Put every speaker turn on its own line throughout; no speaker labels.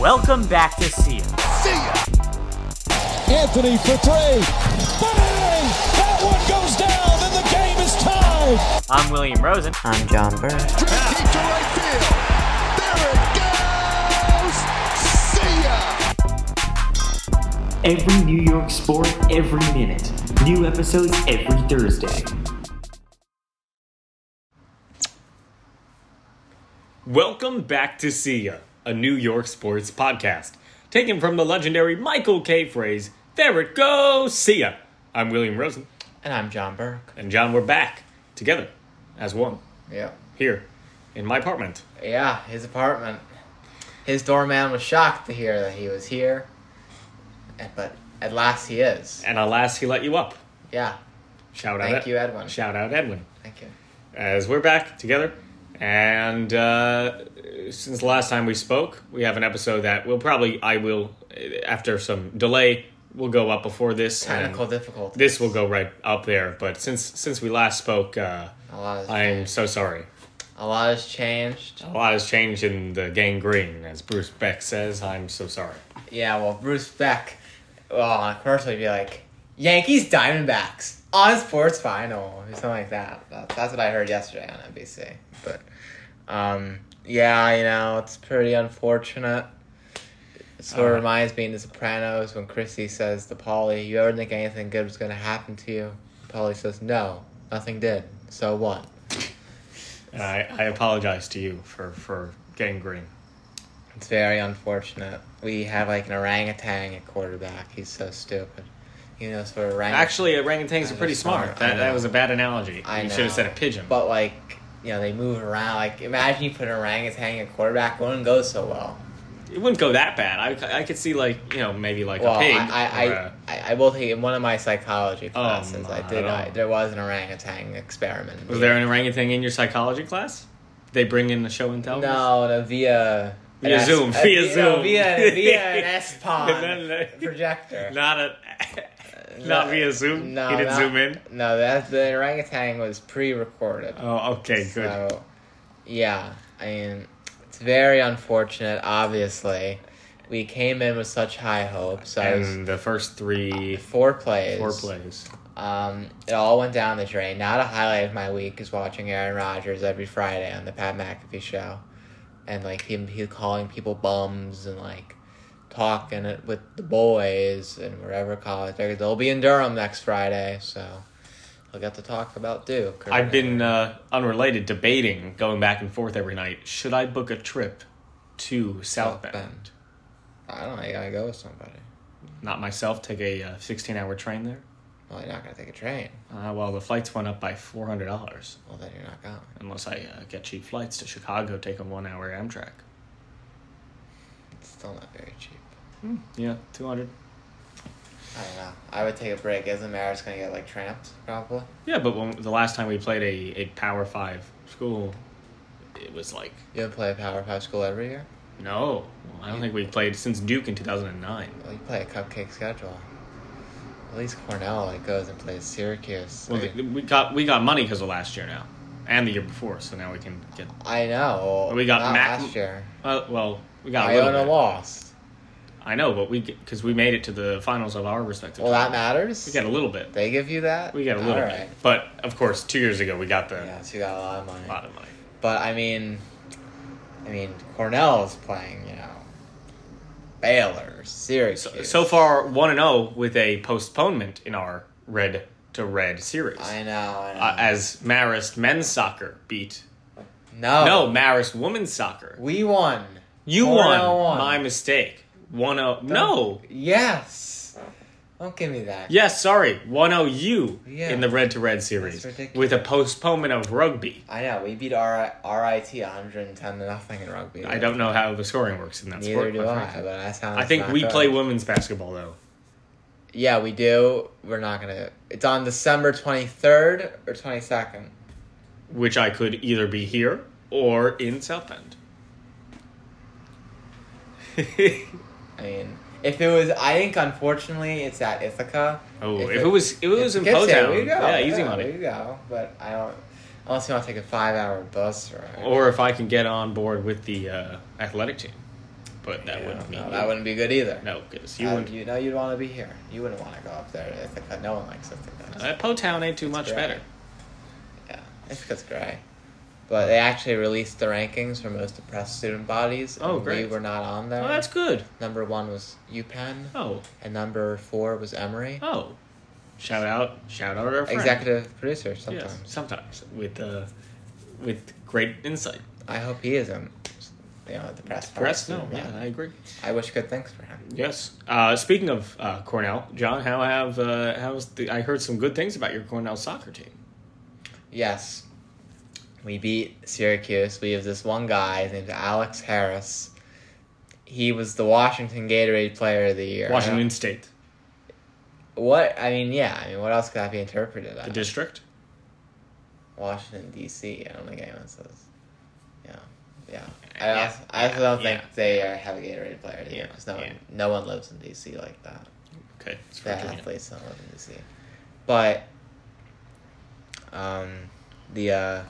Welcome back to See Ya.
Anthony for three. Bang! That one goes down, and the game is tied.
I'm William Rosen.
I'm John Burr.
Deep to right field. There it goes. See ya.
Every New York sport, every minute. New episodes every Thursday.
Welcome back to See Ya, a New York sports podcast, taken from the legendary Michael K. phrase, There it goes, see ya. I'm William Rosen,
And I'm John Burke.
and John, we're back together as one
Yeah.
here in my apartment.
Yeah, his apartment. His doorman was shocked to hear that he was here. and- But at last he is.
And alas, he let you up.
Yeah.
Shout out
Thank you, Edwin.
Shout out Edwin.
Thank you.
As we're back together, and uh, since the last time we spoke, we have an episode that will probably, I will, eh, after some delay, will go up before this. and-
Technical difficulty.
this will go right up there. But since since we last spoke, uh,
A lot has
I'm
changed.
so sorry.
A lot has changed.
A lot has changed in the gang green, as Bruce Beck says. I'm so sorry.
Yeah, well, Bruce Beck, well, on a commercial, he'd be like, Yankees Diamondbacks on sports final, or something like that. That- That's what I heard yesterday on NBC. But, um, yeah, you know, it's pretty unfortunate. It sort of reminds me in The Sopranos when Chrissy says to Polly, You ever think anything good was going to happen to you? Polly says, No, nothing did. So what?
And I, I apologize to you for for gang green.
It's very unfortunate. We have like an orangutan at quarterback. He's so stupid. You know, sort of orangutan.
Actually, orangutans are pretty smart. That that was a bad analogy.
I
you should
know.
have said a pigeon.
But like, you know, they move around. Like, imagine you put an orangutan at quarterback. It wouldn't go so well.
it wouldn't go that bad. I, I could see like you know maybe like
Well,
a pig. Oh,
I, I,
or
I,
a-
I, I will take in one of my psychology classes. I
not
did.
at all.
I, there was an orangutan experiment.
was there an orangutan in your psychology class? They bring in the show and tell.
No, no via.
Via
an S-
Zoom,
a-
via
you know,
Zoom.
via via an S
No,
pod
no.
projector.
Not a. Not via Zoom.
No,
he didn't
not-
zoom in.
No, that the orangutan was pre-recorded.
Oh, okay, good.
So, yeah, I mean, it's very unfortunate. Obviously, we came in with such high hopes. I was
and the first three
four plays.
four plays.
Um, it all went down the drain. Now the highlight of my week is watching Aaron Rodgers every Friday on the Pat McAfee show, and like him, he calling people bums and like talking it with the boys and wherever college. They're- They'll be in Durham next Friday, so I'll get to talk about Duke. or
I've been uh, unrelated debating going back and forth every night. Should I book a trip to South Bend?
Bend. I don't know. You gotta go with somebody.
Not myself. Take a uh, sixteen-hour train there.
Well, you're not gonna take a train.
Uh, well, the flights went up by four hundred dollars.
Well, then you're not going.
Unless I uh, get cheap flights to Chicago, take a one-hour Amtrak.
It's still not very cheap.
Yeah, two hundred.
I don't know. I would take a break. Isn't Maris gonna get like tramped probably?
Yeah, but when the last time we played a, a Power Five school, it was like
You don't play Power Five school every year.
no. I don't think we played since Duke in two thousand and nine.
Well, you play a cupcake schedule. At least Cornell like goes and plays Syracuse.
Well,
I,
th we got we got money because of last year now, and the year before, so now we can get.
I know.
We got
not
Mac-
last year.
Well, well we got. a little
Iona
bit.
lost.
I know, but we because we made it to the finals of our respective.
Well, that
we
matters.
get a little bit.
They give you that.
We get a little
All
bit, but of course, two years ago we got the
Yeah, so you got a lot of money.
lot of money.
But I mean, I mean Cornell's playing. You know,
So,
Baylor, Syracuse.
so far, one and zero with a postponement in our red to red series.
I know. I know.
Uh, as Marist men's soccer beat
no.
no Marist women's soccer.
We won.
You
Cornell
won.
won.
My mistake. One zero. No.
Yes. Don't give me that.
Yes, sorry, 1OU
Yeah.
in the Red to Red series
That's ridiculous.
with a postponement of rugby.
I know. We beat R- RIT 110 to nothing in rugby.
I don't know how the scoring works in that
Neither
sport.
do
quite
I,
frankly.
but that's how
I
it's
think
not
we
going.
play women's basketball though.
Yeah, we do. We're not gonna. It's on December 23rd or 22nd.
which I could either be here or in South Bend.
I mean, if it was, I think unfortunately it's at Ithaca.
oh, if, it was if it was in Potown,
there you go.
yeah, easy
There you
money.
go. But I don't. Unless you want to take a five-hour bus ride.
Or if I can get on board with the uh, athletic team, but that wouldn't mean
no,
you-
that wouldn't be good either.
no, because you
you,
wouldn't.
you know you'd want to be here. You wouldn't want to go up there. It's like no one likes something like that.
Uh, Potown ain't too much
great.
better.
Yeah, it's because gray. But they actually released the rankings for most depressed student bodies.
Oh,
and
great.
We were not on there.
Oh, that's good.
Number one was UPenn,
Oh,
and number four was Emory.
oh, shout out, shout out our friend.
Executive producer
Yes,
sometimes.
sometimes with uh, with great insight.
I hope he isn't. You know, depressed. part
Press,
of
no,
student
yeah,
body.
I agree.
I wish good things for him.
Yes. Uh, speaking of uh, Cornell, John, how have uh, how's the? I heard some good things about your Cornell soccer team.
Yes. We beat Syracuse. We have this one guy named Alex Harris. He was the Washington Gatorade Player of the Year. I don't-
Washington State,
What I mean, yeah. I mean, what else could that be interpreted
the
as?
district.
Washington D.C. I don't think anyone says. Yeah, yeah. I
Yeah,
also, I also don't
yeah,
think they are, have a Gatorade Player of the Year
Yeah,
because no
yeah.
one, no one lives in D.C. like that.
Okay, it's
The
Virginia.
athletes don't live in D.C. But, um, the uh,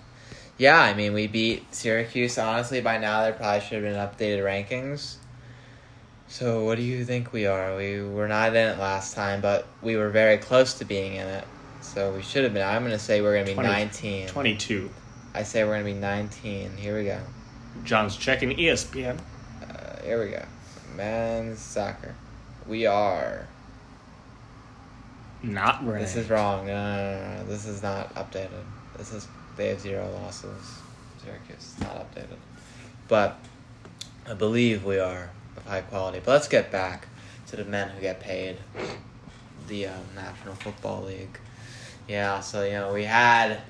yeah. I mean, we beat Syracuse. Honestly, by now there probably should have been updated rankings. So what do you think we are? We were not in it last time, but we were very close to being in it. So we should have been. I'm gonna say we're gonna be
20
19.
Twenty-two.
I say we're gonna be 19. Here we go.
John's checking E ESPN.
Uh, here we go. Men's soccer. We are.
Not right.
This is wrong. No, no, no, no, no. This is not updated. This is they have zero losses. Syracuse is not updated, but I believe we are of high quality. But let's get back to the men who get paid. The um, National Football League. Yeah, so you know we had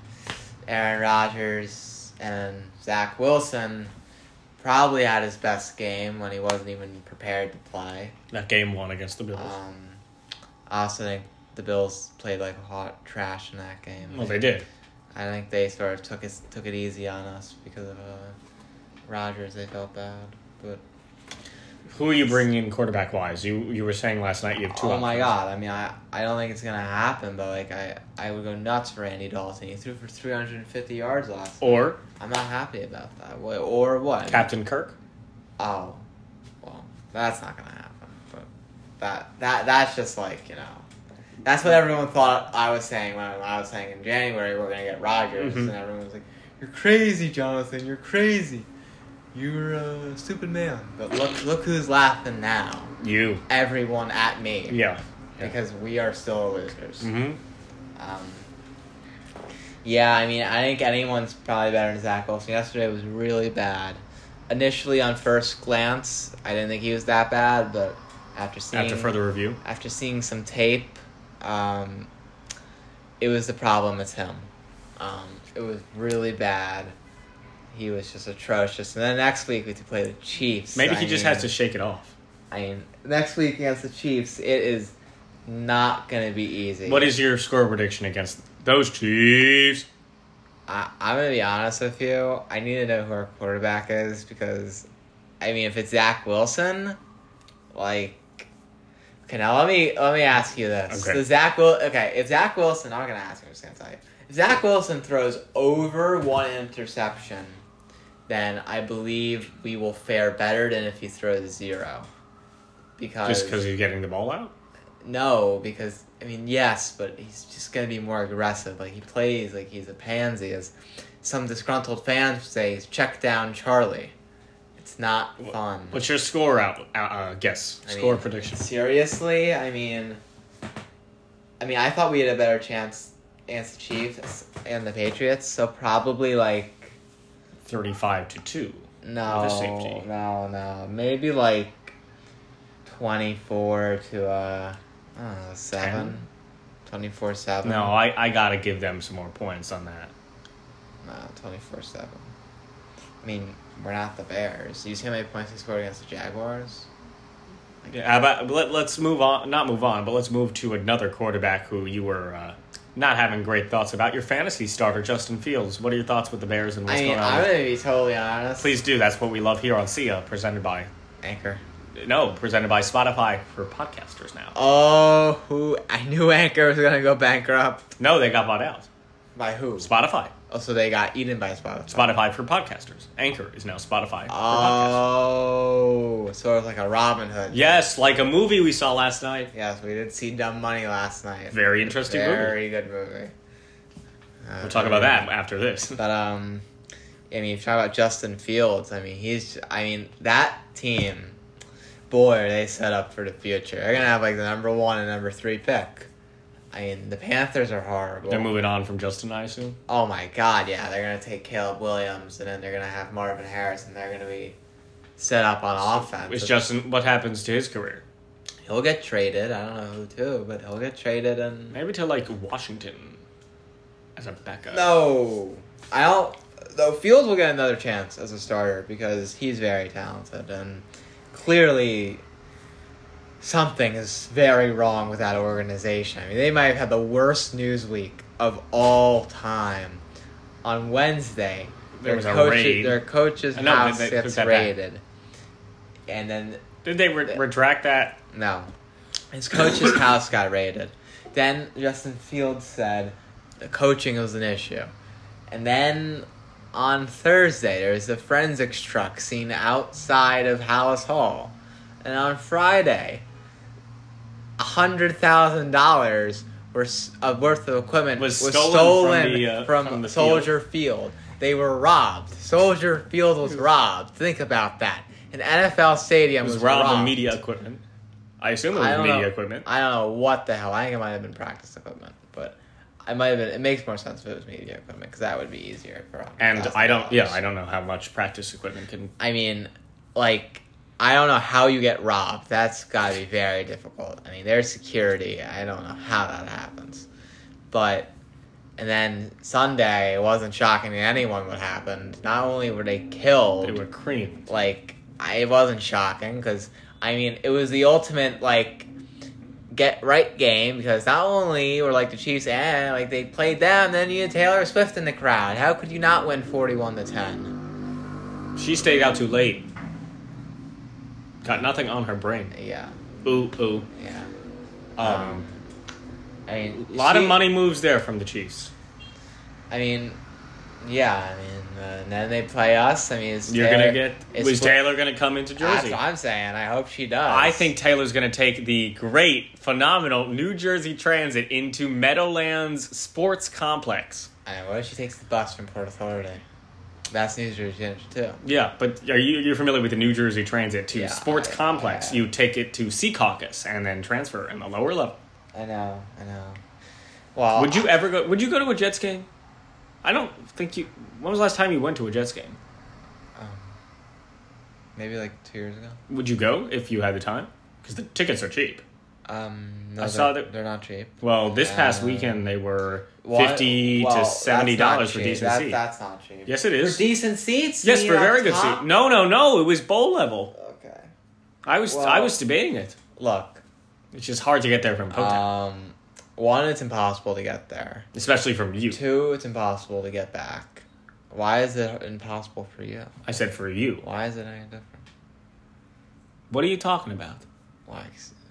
Aaron Rodgers and Zach Wilson. Probably had his best game when he wasn't even prepared to play.
that game one against the Bills.
Um, I also think the Bills played like hot trash in that game.
well, they did.
I think they sort of took it took it easy on us because of uh, Rogers. They felt bad, but
Who are you bringing in quarterback wise? You you were saying last night you have two.
oh
options.
my god! I mean, I I don't think it's gonna happen, but like I I would go nuts for Andy Dalton. He threw for three hundred and fifty yards last. night.
Or
I'm not happy about that. What or what?
Captain Kirk.
Oh, well, that's not gonna happen. But that that that's just like you know, that's what everyone thought I was saying when I was saying in January we're gonna get Rogers,
Mhm.
and everyone was like, "You're crazy, Jonathan. You're crazy. You're a stupid man." But look, look who's laughing now.
You.
Everyone at me.
Yeah.
Because we are still losers.
hmm
Um, yeah, I mean, I think anyone's probably better than Zach Wilson. Yesterday was really bad. Initially, on first glance, I didn't think he was that bad, but after seeing
After further review.
after seeing some tape, um, it was the problem. It's him. Um, it was really bad. He was just atrocious. And then next week we have to play the Chiefs.
Maybe
I
he just
mean-
has to shake it off.
I mean, next week against the Chiefs, it is not gonna be easy.
What is your score prediction against those Chiefs?
I, I'm gonna be honest with you. I need to know who our quarterback is because, I mean, if it's Zach Wilson, like, okay, now let me let me ask you this:
Okay.
Does Zach Wil? Okay, if Zach Wilson, I'm not gonna ask. I'm just gonna tell you. If Zach Wilson throws over one interception, then I believe we will fare better than if he throws zero. Because
Just because he's getting the ball out?
no, because I mean yes, but he's just gonna be more aggressive. Like he plays like he's a pansy, as some disgruntled fans say. He's check down Charlie. It's not fun.
What's your score out? Uh, uh, guess.
I mean,
score prediction.
Seriously, I mean, I mean, I thought we had a better chance against the Chiefs and the Patriots, so probably like
35 to 2.
no,
With a safety.
no, no, maybe like twenty-four to uh, I don't know, seven.
Ten?
24 7.
No, I, I got to give them some more points on that.
No, twenty four seven. I mean, we're not the Bears. You see how many points they scored against the Jaguars?
Yeah, how about, let, let's move on. Not move on, but let's move to another quarterback who you were uh, not having great thoughts about. Your fantasy starter, Justin Fields. What are your thoughts with the Bears and what's
I mean,
going on?
I'm
with-
gonna be totally honest.
Please do. That's what we love here on SIA, presented by
Anchor.
no, presented by Spotify for podcasters now.
Oh, who I knew Anchor was gonna go bankrupt.
No, they got bought out.
By who?
Spotify.
Oh, so they got eaten by Spotify.
Spotify for podcasters. Anchor is now Spotify for
Ah.
podcasters.
Oh, so it's like a Robin Hood.
Yes, like a movie we saw last night.
Yes, we did see Dumb Money last night.
Very interesting movie.
Very good movie. Uh,
We'll talk about that after this.
But um, I mean, if you talk about Justin Fields, I mean, he's, I mean, that team, boy, are they set up for the future. They're gonna have like the number one and number three pick. I mean, the Panthers are horrible.
They're moving on from Justin, I assume.
Oh my God, yeah, they're gonna take Caleb Williams, and then they're gonna have Marvin Harris, and they're gonna be set up on offense.
It's Justin. What happens to his career?
he'll get traded. I don't know who to, but he'll get traded, and
Maybe to like Washington as a backup.
No, I don't. Though Fields will get another chance as a starter because he's very talented, and clearly something is very wrong with that organization. I mean, they might have had the worst news week of all time on Wednesday.
There
their
was a
coaches,
raid.
Their coach's
I know,
house
they- they took
gets
that back.
raided, and then
Did they re- retract that?
no. His coach's house got raided. Then Justin Fields said the coaching was an issue. And then on Thursday, there was a forensics truck seen outside of Hallis Hall. And on Friday, $100,000 were s- of worth of equipment
Was
was,
stolen
stolen,
from the, uh,
from,
from the
Soldier Field. They were robbed. Soldier Field was robbed. Think about that. An NFL stadium
It
was,
was robbed of
robbed.
media equipment. I assume it
I
was
don't
media
know.
equipment.
I don't know what the hell. I think it might have been practice equipment, but I might have been. It makes more sense if it was media equipment because that would be easier for.
and I don't. Yeah, I
don't.
don't know how much practice equipment can.
I mean, like, I don't know how you get robbed. That's got to be very difficult. I mean, there's security. I don't know how that happens, but. And then Sunday, it wasn't shocking to anyone what happened. Not only were they killed,
They were creamed.
like I, it wasn't shocking because I mean it was the ultimate like get right game because not only were like the Chiefs and like they played them, then you had Taylor Swift in the crowd. How could you not win forty one to ten?
She stayed out too late. Got nothing on her brain.
Yeah,
Ooh ooh.
yeah.
Um,
I mean,
a lot of
she-
money moves there from the Chiefs.
I mean, yeah. I mean, uh, and then they play us. I mean, it's
You're
Taylor,
gonna get.
it's
was
fl-
Taylor gonna come into
That's
Jersey?
what I'm saying. I hope she does.
I think Taylor's going to take the great, phenomenal New Jersey Transit into Meadowlands Sports Complex.
I know, what if she takes the bus from Port Authority? That's New Jersey too.
Yeah, but are you you're familiar with the New Jersey Transit to
Yeah,
Sports
I-
Complex?
I-
you take it to Sea Caucus and then transfer in the lower level.
I know. I know. Well,
Would you ever go? Would you go to a Jets game? I don't think you. When was the last time you went to a Jets game?
Maybe like two years ago.
Would you go if you had the time? Because the tickets are cheap.
Um, no,
I
they're,
saw that-
they're not cheap.
Well, this past
Uh,
weekend they were
Well,
fifty
well,
to
that's
seventy dollars
not
for
cheap.
decent
That-
seats.
That's not cheap.
Yes, it is.
For decent seats.
Yes,
me
for
on
very good
top?
seat. No, no, no. It was bowl level.
Okay.
I was
Well-
I was debating it.
Look,
It's just hard to get there from Potown,
um, one, it's impossible to get there.
especially from you.
Two, it's impossible to get back. Why is it impossible for you?
I said for you.
Why is it any different?
What are you talking about?
Like,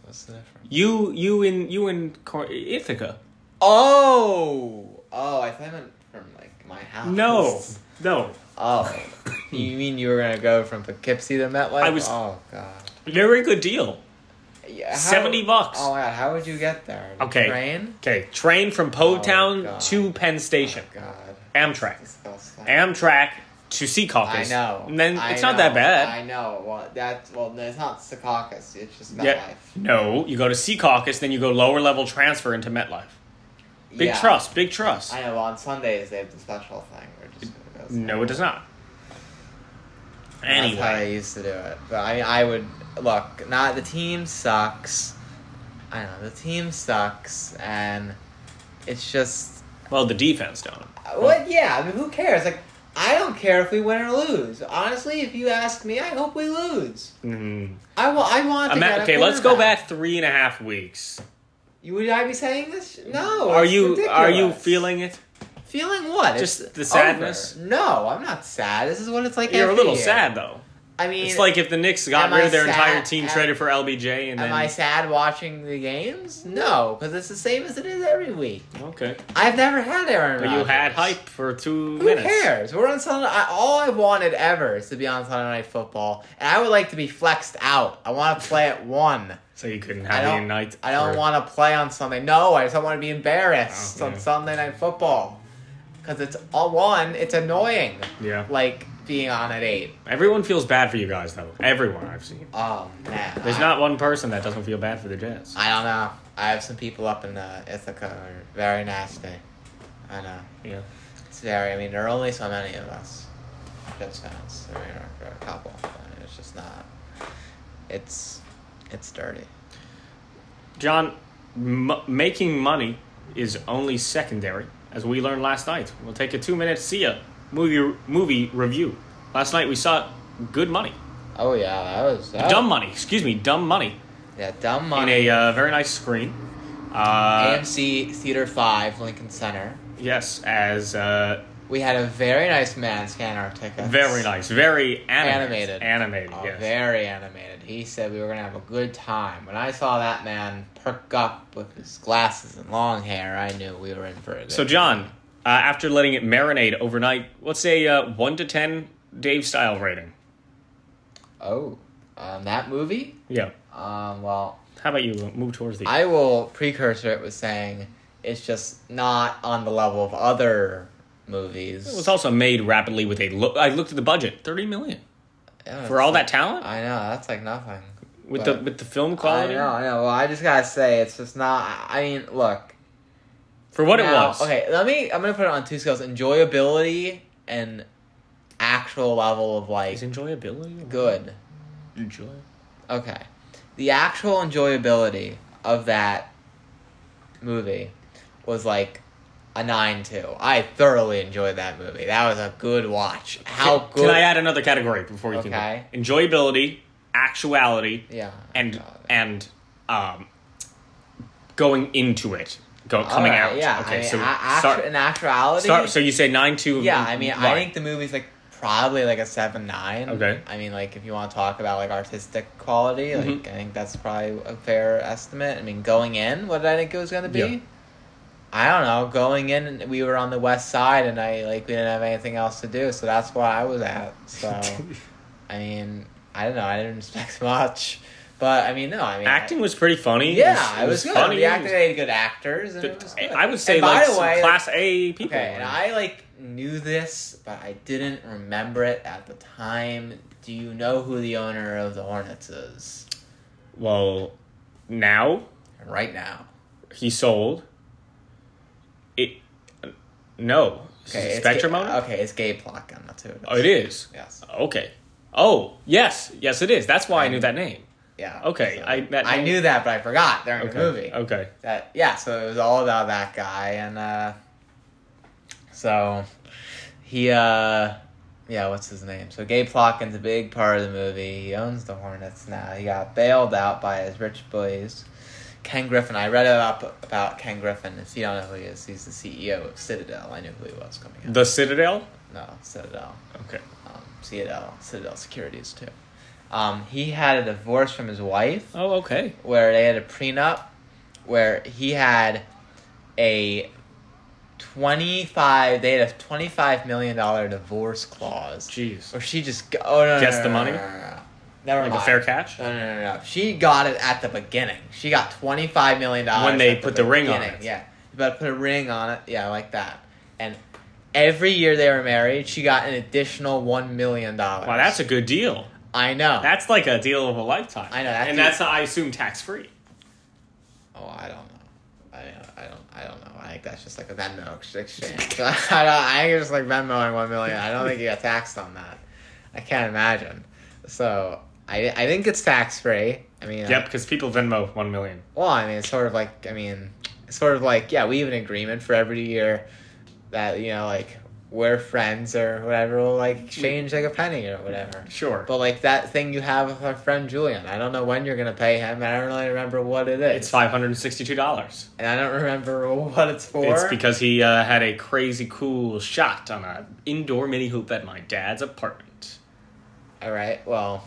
what's the difference?
You you in you in Cor- Ithaca?
Oh, oh, I thought I meant from like my house.
No, no.
Oh, you mean you were gonna go from Poughkeepsie to MetLife?
I was-
Oh God.
Very good deal.
Yeah, how-
70 bucks.
Oh my god, how would you get there? The
Okay.
Train? Oh,
Okay, train from Potown
God. Oh,
to Penn Station.
God.
Amtrak.
disgusting.
Amtrak to Sea
I
Caucus.
know.
And then
I
it's not that
know,
bad.
I know. Well, that's well, no, it's not Secaucus. It's just MetLife.
yeah. No, you go to Sea Caucus, then you go lower level transfer into MetLife. Big
Yeah.
trust. Big trust.
I know. Well, on Sundays they have the special thing. We're just gonna go
No, it does not.
That's how
Anyway,
they used to do it. But I mean, I would look. Not the team sucks. I know the team sucks, and it's just
well, the defense don't.
Uh, Well, yeah. I mean, who cares? Like, I don't care if we win or lose. Honestly, if you ask me, I hope we lose.
Mm.
I want. I want. To
Ima-
get a
okay, let's go
quarterback.
back three and a half weeks.
You would I be saying this? No.
Are
Oh, it's
you are you
ridiculous.
feeling it?
feeling what?
Just
It's
the sadness?
over. No, I'm not sad. This is what it's like.
You're a
every
little
year.
sad though.
I mean,
It's like if the Knicks got
Am
rid
I
of their
sad?
entire team,
Am-
traded for LBJ, and
am
then
I sad watching the games? No, because it's the same as it is every week.
okay,
I've never had Aaron
but
Rodgers.
you had hype for two
Who
minutes.
cares? We're on Sunday. I, all I wanted ever is to be on Sunday Night Football, and I would like to be flexed out. I want to play at one.
So you couldn't
I
have a
don't.
night.
I don't
for-
want to play on Sunday. No, I just don't want to be embarrassed
Oh,
on
yeah.
Sunday Night Football because it's all one. It's annoying.
Yeah.
like being on at eight.
Everyone feels bad for you guys, though. Everyone I've seen.
Oh man,
There's
I,
not one person that doesn't feel bad for the Jazz.
I don't know. I have some people up in uh, Ithaca who are very nasty. I know.
yeah.
It's very. I mean, there are only so many of us. Jets fans. I mean, there are a couple. I mean, it's just not. It's it's dirty.
John, m- making money is only secondary, as we learned last night. We'll take a two-minute see ya movie movie review. Last night we saw good money,
Oh yeah, that was that
dumb
was-
money. Excuse me, dumb money.
Yeah, dumb
On
money.
a uh, very nice screen. Uh,
AMC Theater Five, Lincoln Center.
yes, as uh,
We had a very nice man scan our tickets.
very nice, very animated,
Animated.
animated.
Oh,
yes.
Very animated. He said we were gonna have a good time. When I saw that man perk up with his glasses and long hair, I knew we were in for a good.
So, John, uh, after letting it marinate overnight, what's a uh, one to ten Dave style rating?
oh, um, that movie.
Yeah.
Um, well,
How about you uh, move towards the?
I will precursor it with saying it's just not on the level of other movies.
It was also made rapidly with a look. I looked at the budget, thirty million
Yeah,
for all that talent
I know that's like nothing.
with
but-
the with the film
I
quality
know, I know. Well, I just gotta say it's just not. I mean, look.
for what it
now-
was.
Okay, let me. I'm gonna put it on two scales: enjoyability and actual level of like
Is enjoyability
good.
Enjoy.
Okay. The actual enjoyability of that movie was like a 9 2. I thoroughly enjoyed that movie. That was a good watch. How
Can-
good.
Can I add another category before you
Okay.
can? Enjoyability, actuality,
Yeah.
and
Uh,
and um, going into it, go coming
alright,
out.
Yeah.
Okay.
I mean,
so
a- actu-
start,
in actuality.
start. So you say nine two.
yeah, I mean, I think the movie's like probably like a 7 9.
Okay.
I mean, like, if you want to talk about like artistic quality, like,
Mm-hmm.
I think that's probably a fair estimate. I mean, going in, what did I think it was going to be?
Yeah.
I don't know. Going in, we were on the west side, and I like we didn't have anything else to do, so that's where I was at. So, I mean, I don't know. I didn't expect much, but I mean, no. I mean,
acting was pretty funny.
I, yeah, it was, good.
funny.
The acting they had good actors. And
The-
it was good.
I would say
And by
like
the
some
way,
class A people.
Okay, and I like knew this, but I didn't remember it at the time. Do you know who the owner of the Hornets is
well, now
right now?
he sold it. No,
Okay,
okay,
it's Ga-
Spectrum owner?
Okay, it's Gabe Plotkin. That's who it is.
Oh, it is.
Yes.
Okay. Oh yes, yes it is. That's why I knew that name.
Yeah.
Okay, I- that
I
name-
knew that, but I forgot during
Okay.
the movie.
Okay.
That yeah, so it was all about that guy, and uh, so he uh, yeah, what's his name? So Gabe Plotkin's a big part of the movie. He owns the Hornets now. He got bailed out by his rich boys. Ken Griffin. I read up about Ken Griffin. If you don't know who he is, he's the CEO of Citadel. I knew who he was coming up.
The Citadel.
no, Citadel
Okay.
um, Citadel, Citadel Securities too. Um, he had a divorce from his wife
Oh okay.
where they had a prenup where he had a 25 they had a 25 million dollar divorce clause
Jeez.
or she just g- oh no no,
Gets
no,
the
no,
money?
no, no, no, no. never
Like a
mind.
fair catch?
no no no no she got it at the beginning she got 25 million dollars
When they put the ring on it.
yeah you better put a ring on it yeah like that and every year they were married she got an additional 1 million dollars
Wow, that's a good deal.
i know
That's like a deal of a lifetime.
I know, that
and
deal-
that's I assume tax free.
Oh, I don't know. I I don't I don't know. I think that's just like a Venmo ex- exchange. I don't, I think it's just like Venmoing one million. I don't think you got taxed on that. I can't imagine. So I I think it's tax free. I mean,
Yep, because people Venmo one million.
well, I mean, it's sort of like I mean, it's sort of like yeah, we have an agreement for every year that you know like we're friends or whatever. We'll like exchange like a penny or whatever.
Sure.
But like that thing you have with our friend Julian, I don't know when you're gonna pay him. and I don't really remember what it is.
It's five hundred and sixty-two dollars.
and I don't remember what it's for.
It's because he uh, had a crazy cool shot on an indoor mini hoop at my dad's apartment.
All right. Well,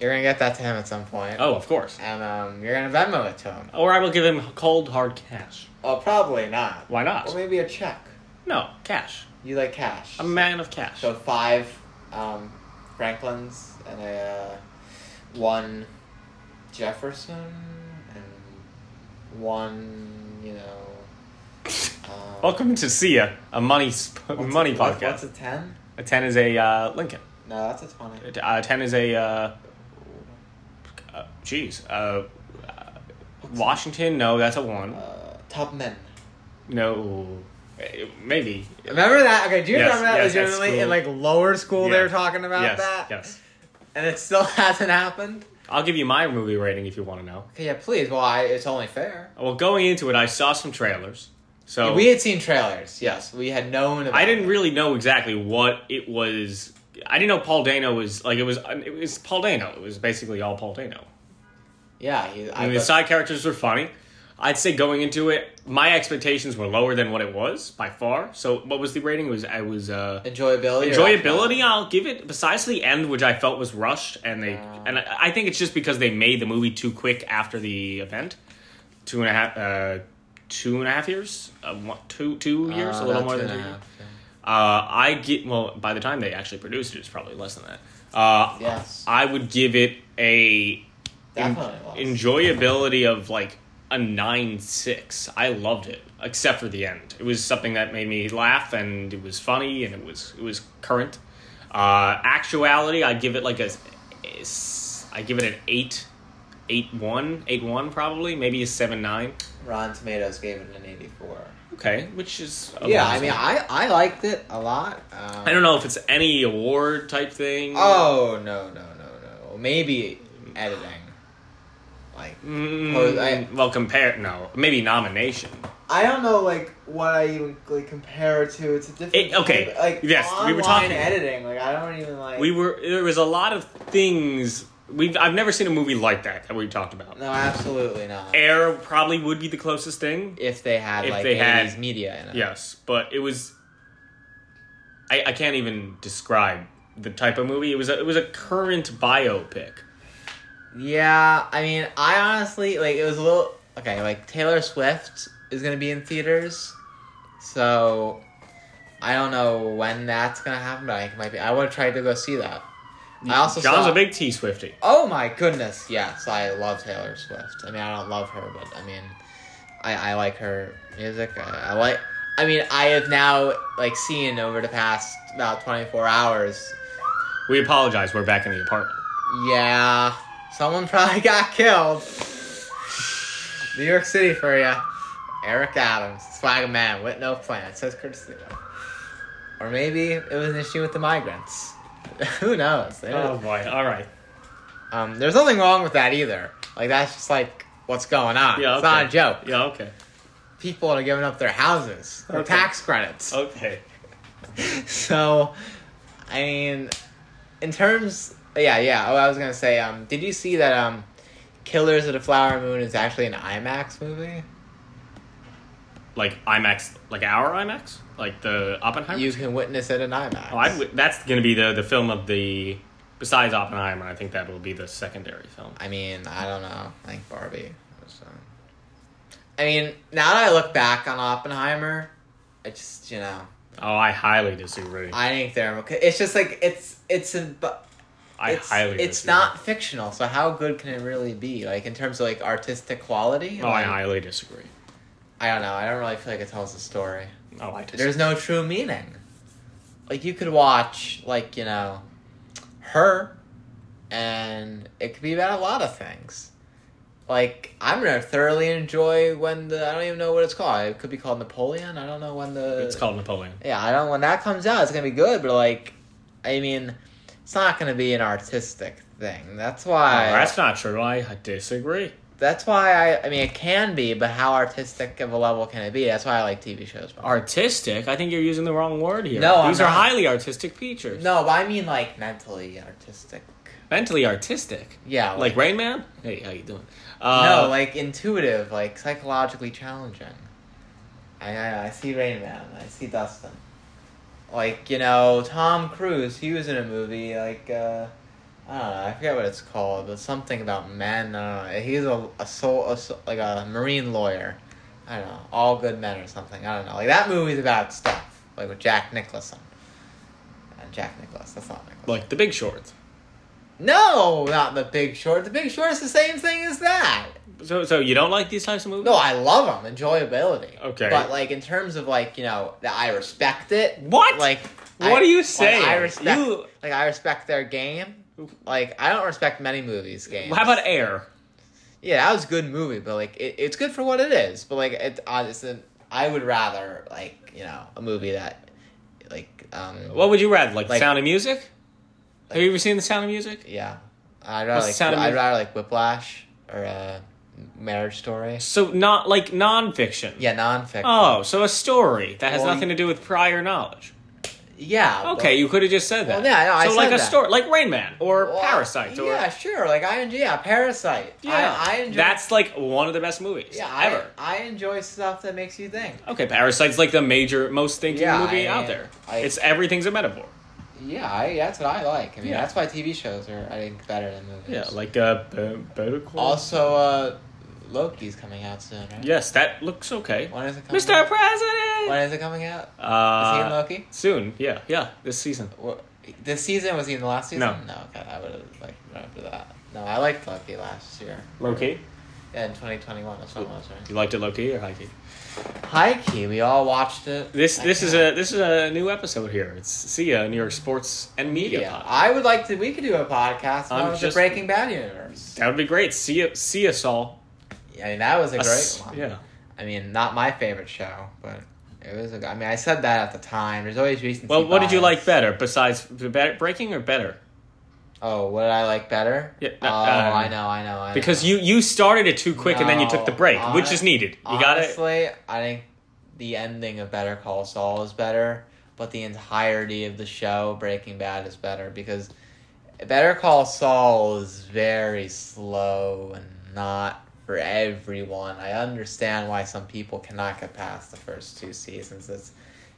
you're gonna get that to him at some point.
Oh, of course.
And um, you're gonna Venmo it to him.
Or I will give him cold hard cash.
Oh, probably not.
Why not?
Well, maybe a check.
No, cash.
You like cash.
I'm a man of cash.
So five um, Franklins and a uh, one Jefferson and one, you know. Um,
Welcome to Sia, a money sp-
what's
money
a, what- What's
podcast.
a ten?
A ten is a uh, Lincoln.
No, that's a twenty.
A t- uh, ten is a uh, uh, jeez. Uh, uh, Washington? No, that's a one.
Uh, Tubman.
No, eh, maybe.
Remember that? Okay, do you
Yes,
remember that
yes, at
legitimately in
school.
like lower school they
Yeah.
were talking about
yes,
that?
Yes.
And it still hasn't happened?
I'll give you my movie rating if you want to know.
Okay, yeah, please. Well, I, it's only fair.
Well, going into it, I saw some trailers, so
We had seen trailers, yes. We had known about
Oh. I didn't
it.
really know exactly what it was. I didn't know Paul Dano was like it was. um, It was Paul Dano. It was basically all Paul Dano.
Yeah, he,
I mean, the side characters were funny. I'd say going into it, my expectations were lower than what it was by far. So, what was the rating? It was I was uh,
enjoyability. or
enjoyability? I'll give it. Besides the end, which I felt was rushed, and they and I, I think it's just because they made the movie too quick after the event. Two and a half, uh, two and a half years, uh, one, two two
Uh,
years, a little
about
more
two
than two.
and a
years.
half, yeah.
Uh, I get well. By the time they actually produced it, it's probably less than that. Uh,
Yes.
I would give it a
Definitely. was.
enjoyability of like a nine six. I loved it, except for the end. It was something that made me laugh, and it was funny, and it was it was current. Uh, actuality, I give it like a, s- I give it an eight, eight one, eight one probably, maybe a seven nine.
Rotten Tomatoes gave it an 84.
Okay, which is
Yeah, I
amazing.
mean, I, I liked it a lot. Um,
I don't know if it's any award type thing.
Oh, no, no, no, no. Maybe editing. Like,
Mm,
Oh, I-
well, compare no, maybe nomination.
I don't know, like, what I even like, compare it to. It's a different.
It- okay,
Like,
yes, we were
online
talking-
editing. Like, I don't even, like.
We were there was a lot of things we have I've never seen a movie like that that we talked about.
No, absolutely not.
Air probably would be the closest thing.
if they had,
Eh, If
like,
they had-
80s media in it.
Yes, but it was I, I can't even describe the type of movie. It was a, it was a current biopic.
Yeah, I mean, I honestly like it was a little okay. Like Taylor Swift is gonna be in theaters, so I don't know when that's gonna happen. But I think it might be. I would have tried to go see that. I also
John's
saw,
a big T Swifty.
Oh my goodness! Yes, I love Taylor Swift. I mean, I don't love her, but I mean, I I like her music. I, I like. I mean, I have now like seen over the past about twenty four hours.
We apologize. We're back in the apartment.
Yeah, someone probably got killed. New York City for ya. Eric Adams, swag man with no plan, says Curtis Lewa. Or maybe it was an issue with the migrants. Who knows? They
Oh
don't-
boy! All right.
Um, there's nothing wrong with that either. Like that's just like what's going on.
Yeah.
it's not a
okay.
joke.
Yeah. Okay.
People are giving up their houses for
Okay.
tax credits.
Okay.
So, I mean, in terms, yeah, yeah. Oh, I was gonna say, um, did you see that um, Killers of the Flower Moon is actually an IMAX movie?
Like IMAX, like our IMAX, like the Oppenheimer.
You can witness it in IMAX.
Oh, I w- that's going to be the, the film of the besides Oppenheimer. I think that will be the secondary film.
I mean, I don't know. I think Barbie. was, um, I mean, now that I look back on Oppenheimer, I just you know,
Oh, I highly disagree. I,
I think they're okay. It's just like it's it's a. bu- it's,
highly.
it's
disagree.
not fictional, so how good can it really be? Like in terms of like artistic quality.
Oh, I
like,
highly disagree.
I don't know. I don't really feel like it tells a story.
Oh, I disagree.
There's no true meaning. Like you could watch, like you know, her, and it could be about a lot of things. Like I'm gonna thoroughly enjoy when the I don't even know what it's called. It could be called Napoleon. I don't know when the
it's called Napoleon.
Yeah, I don't. When that comes out, it's gonna be good. But like, I mean, it's not gonna be an artistic thing. That's
Oh,
why.
that's not true. I disagree.
That's why I. I mean, it can be, but how artistic of a level can it be? That's why I like TV shows. more.
Artistic? I think you're using the wrong word here.
No, I'm
these are
not.
highly artistic features.
No, but I mean like mentally artistic.
mentally artistic.
Yeah,
Like
like,
Rain Man. Hey, how you doing?
no,
Uh,
like intuitive, like psychologically challenging. I I, I see Rain Man. I see Dustin. Like you know, Tom Cruise. He was in a movie like uh, I don't know. I forget what it's called, but something about men. I don't know. He's a a soul, a soul like a marine lawyer. I don't know. All good men or something. I don't know. Like that movie's about stuff, like with Jack Nicholson. And Jack Nicholas. That's not Nicholas.
Like The Big Short.
No, not The Big Short. The Big Short is the same thing as that.
So, so you don't like these types of movies?
No, I love them. Enjoyability.
Okay.
But like in terms of like you know that I respect it.
What?
Like.
What
I-
are you
like,
saying?
I respect.
You-
Like I respect their game. Like I don't respect many movies games.
How about Air?
Yeah, that was a good movie, but like it, it's good for what it is. But like it, uh, it's a, I would rather like you know a movie that like um
What would you rather, like,
Like-
The Sound of Music? Have you ever seen The Sound of Music?
yeah
What's
I'd rather
the
like
sound of
I'd
music?
rather like Whiplash or uh, Marriage Story.
So not like nonfiction.
Yeah, nonfiction.
Oh, so a story that has
Well,
nothing to do with prior knowledge.
yeah.
Okay,
but-
you could have just said that.
Well, yeah, no, I
so like
said
a
that.
story, like Rain Man or
well,
Parasite or
yeah, sure. Like I enjoy yeah, Parasite.
Yeah.
I, I enjoy.
That's like one of the best movies
yeah. I,
ever.
I enjoy stuff that makes you think.
okay, Parasite's like the major, most thinking
Yeah,
movie
I-
out there.
I-
it's everything's a metaphor.
Yeah, I, that's what I like. I mean,
Yeah.
that's why TV shows are I think better than movies.
Yeah, like uh, Be- Better Call.
Also, uh, Loki's coming out soon, right?
yes, that looks okay.
When is it coming
Mr.
out?
President.
When is it coming out?
Uh,
Is he in Loki?
Soon, yeah, yeah, this season.
Wha- This season was he in the last season?
No.
okay, I would have like remembered that. No, I liked Loki last year.
Loki,
Yeah, in 2021, that's what it was,
you liked it, Loki or Heike?
right? High key, we all watched it.
This
I
this is
can't-
a this is a new episode here. It's Sia, New York Sports and Media.
Yeah,
Pod.
I would like to. We could do a podcast
I'm
on the
just-
Breaking Bad universe.
That would be great. See you, see us all.
I mean, that was a
Us-
great one.
Yeah.
I mean, not my favorite show, but it was. A, I mean, I said that at the time. There's always reasons.
Well, what did you like better besides the be- breaking or better?
Oh, what did I like better?
Yeah,
oh,
uh,
I know, I know, I know.
Because you you started it too quick and then you
No,
took the break, which
hon-
is needed. You got it.
honestly, I think the ending of Better Call Saul is better, but the entirety of the show Breaking Bad is better because Better Call Saul is very slow and not for everyone. I understand why some people cannot get past the first two seasons. It's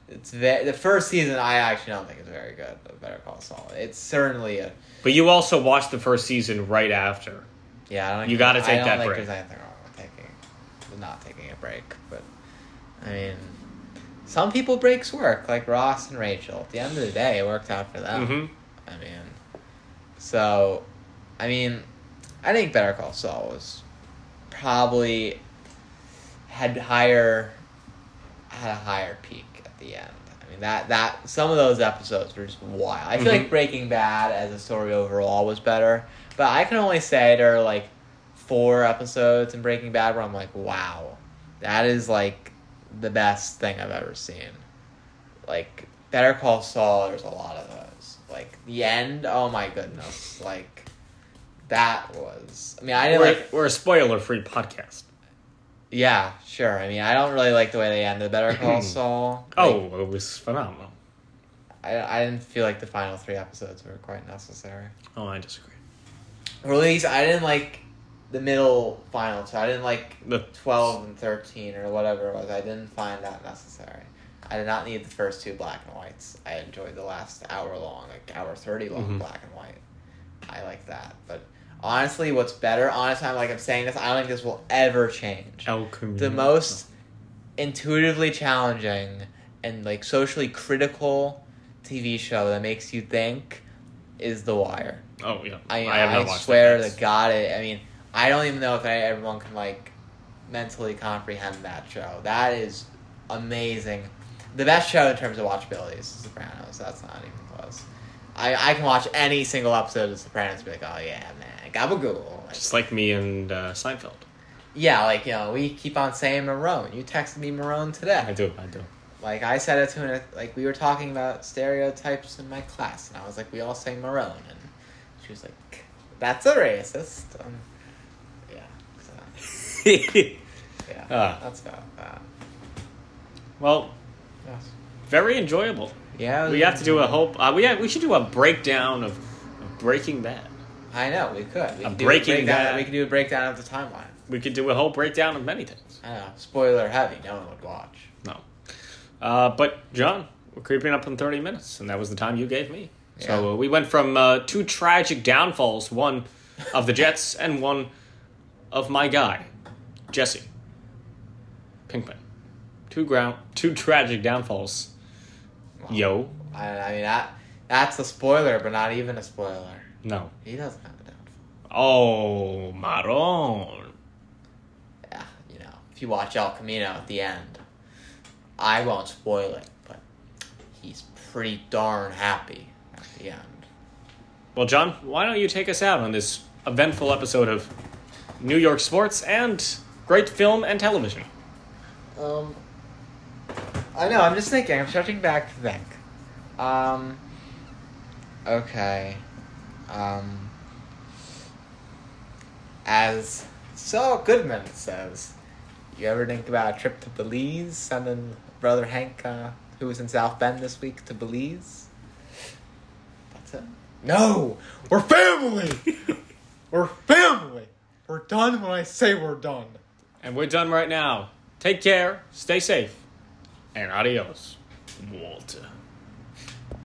it's ve- the first season. I actually don't think is very good. Of Better Call Saul. It's certainly a
But you also watched the first season right after.
yeah, I don't.
You gotta
I
take
don't
that
think
break.
There's anything wrong with taking, with not taking a break, but I mean, some people breaks work, like Ross and Rachel. At the end of the day, it worked out for them.
Mhm.
I mean, so, I mean, I think Better Call Saul was probably had higher had a higher peak at the end. I mean that that some of those episodes were just wild. I feel like Breaking Bad as a story overall was better, but I can only say there are like four episodes in Breaking Bad where I'm like, wow, that is like the best thing I've ever seen. Like Better Call Saul, there's a lot of those. Like the end, oh my goodness, like that was. I mean, I didn't
We're,
like.
we're a spoiler-free podcast.
Yeah, sure. I mean, I don't really like the way they ended Better Call Saul. Like,
Oh, it was phenomenal.
I, I didn't feel like the final three episodes were quite necessary.
Oh, I disagree.
Or at least I didn't like the middle final, so I didn't like
The-
12 and 13 or whatever it was. I didn't find that necessary. I did not need the first two black and whites. I enjoyed the last hour long, like hour 30 long black and white. I like that. But honestly, what's better, honestly, I'm like I'm saying this, I don't think this will ever change.
El Camino.
the most intuitively challenging and like socially critical TV show that makes you think is The Wire.
Oh yeah.
I
I have
I,
not watched.
swear
that yet.
to God, it. I mean, I don't even know if I, everyone can like mentally comprehend that show. That is amazing. The best show in terms of watchability is Sopranos. That's not even close. I, I can watch any single episode of Sopranos and be like, oh yeah, man, gabagool. Like,
Just like me and uh, Seinfeld.
yeah, like, you know, we keep on saying Marone. You texted me Marone today.
I do. I do.
Like I said it to an like we were talking about stereotypes in my class, and I was like, we all say maroon, and she was like, that's a racist. Um, yeah, so, yeah,
Ah.
that's about that.
well,
Yes.
very enjoyable.
Yeah, it
We
was-
have to do a whole. Uh, we have, we should do a breakdown of, of Breaking Bad.
I know we could. We
A
could do
breaking
a breakdown.
bad.
We could do a breakdown of the timeline.
We could do a whole breakdown of many things.
I know. Spoiler heavy. No one would watch.
No, uh, but John, we're creeping up on thirty minutes, and that was the time you gave me. So uh, we went from uh, two tragic downfalls, one of the Jets and one of my guy, Jesse Pinkman. Two ground, two tragic downfalls. Yo,
I, I mean, that, that's a spoiler, but not even a spoiler.
no.
He doesn't have a
Oh,
downfall.
Maron.
Yeah, you know, if you watch El Camino at the end, I won't spoil it, but he's pretty darn happy at the end.
Well, John, why don't you take us out on this eventful episode of New York sports and great film and television?
Um, I know. I'm just thinking. I'm stretching back to think. Um. Okay. Um. As Saul Goodman says, you ever think about a trip to Belize? Sending brother Hank, uh, who was in South Bend this week, to Belize. That's it. No, we're family. we're family. We're done when I say we're done.
And we're done right now. Take care, stay safe, and adios, Walter.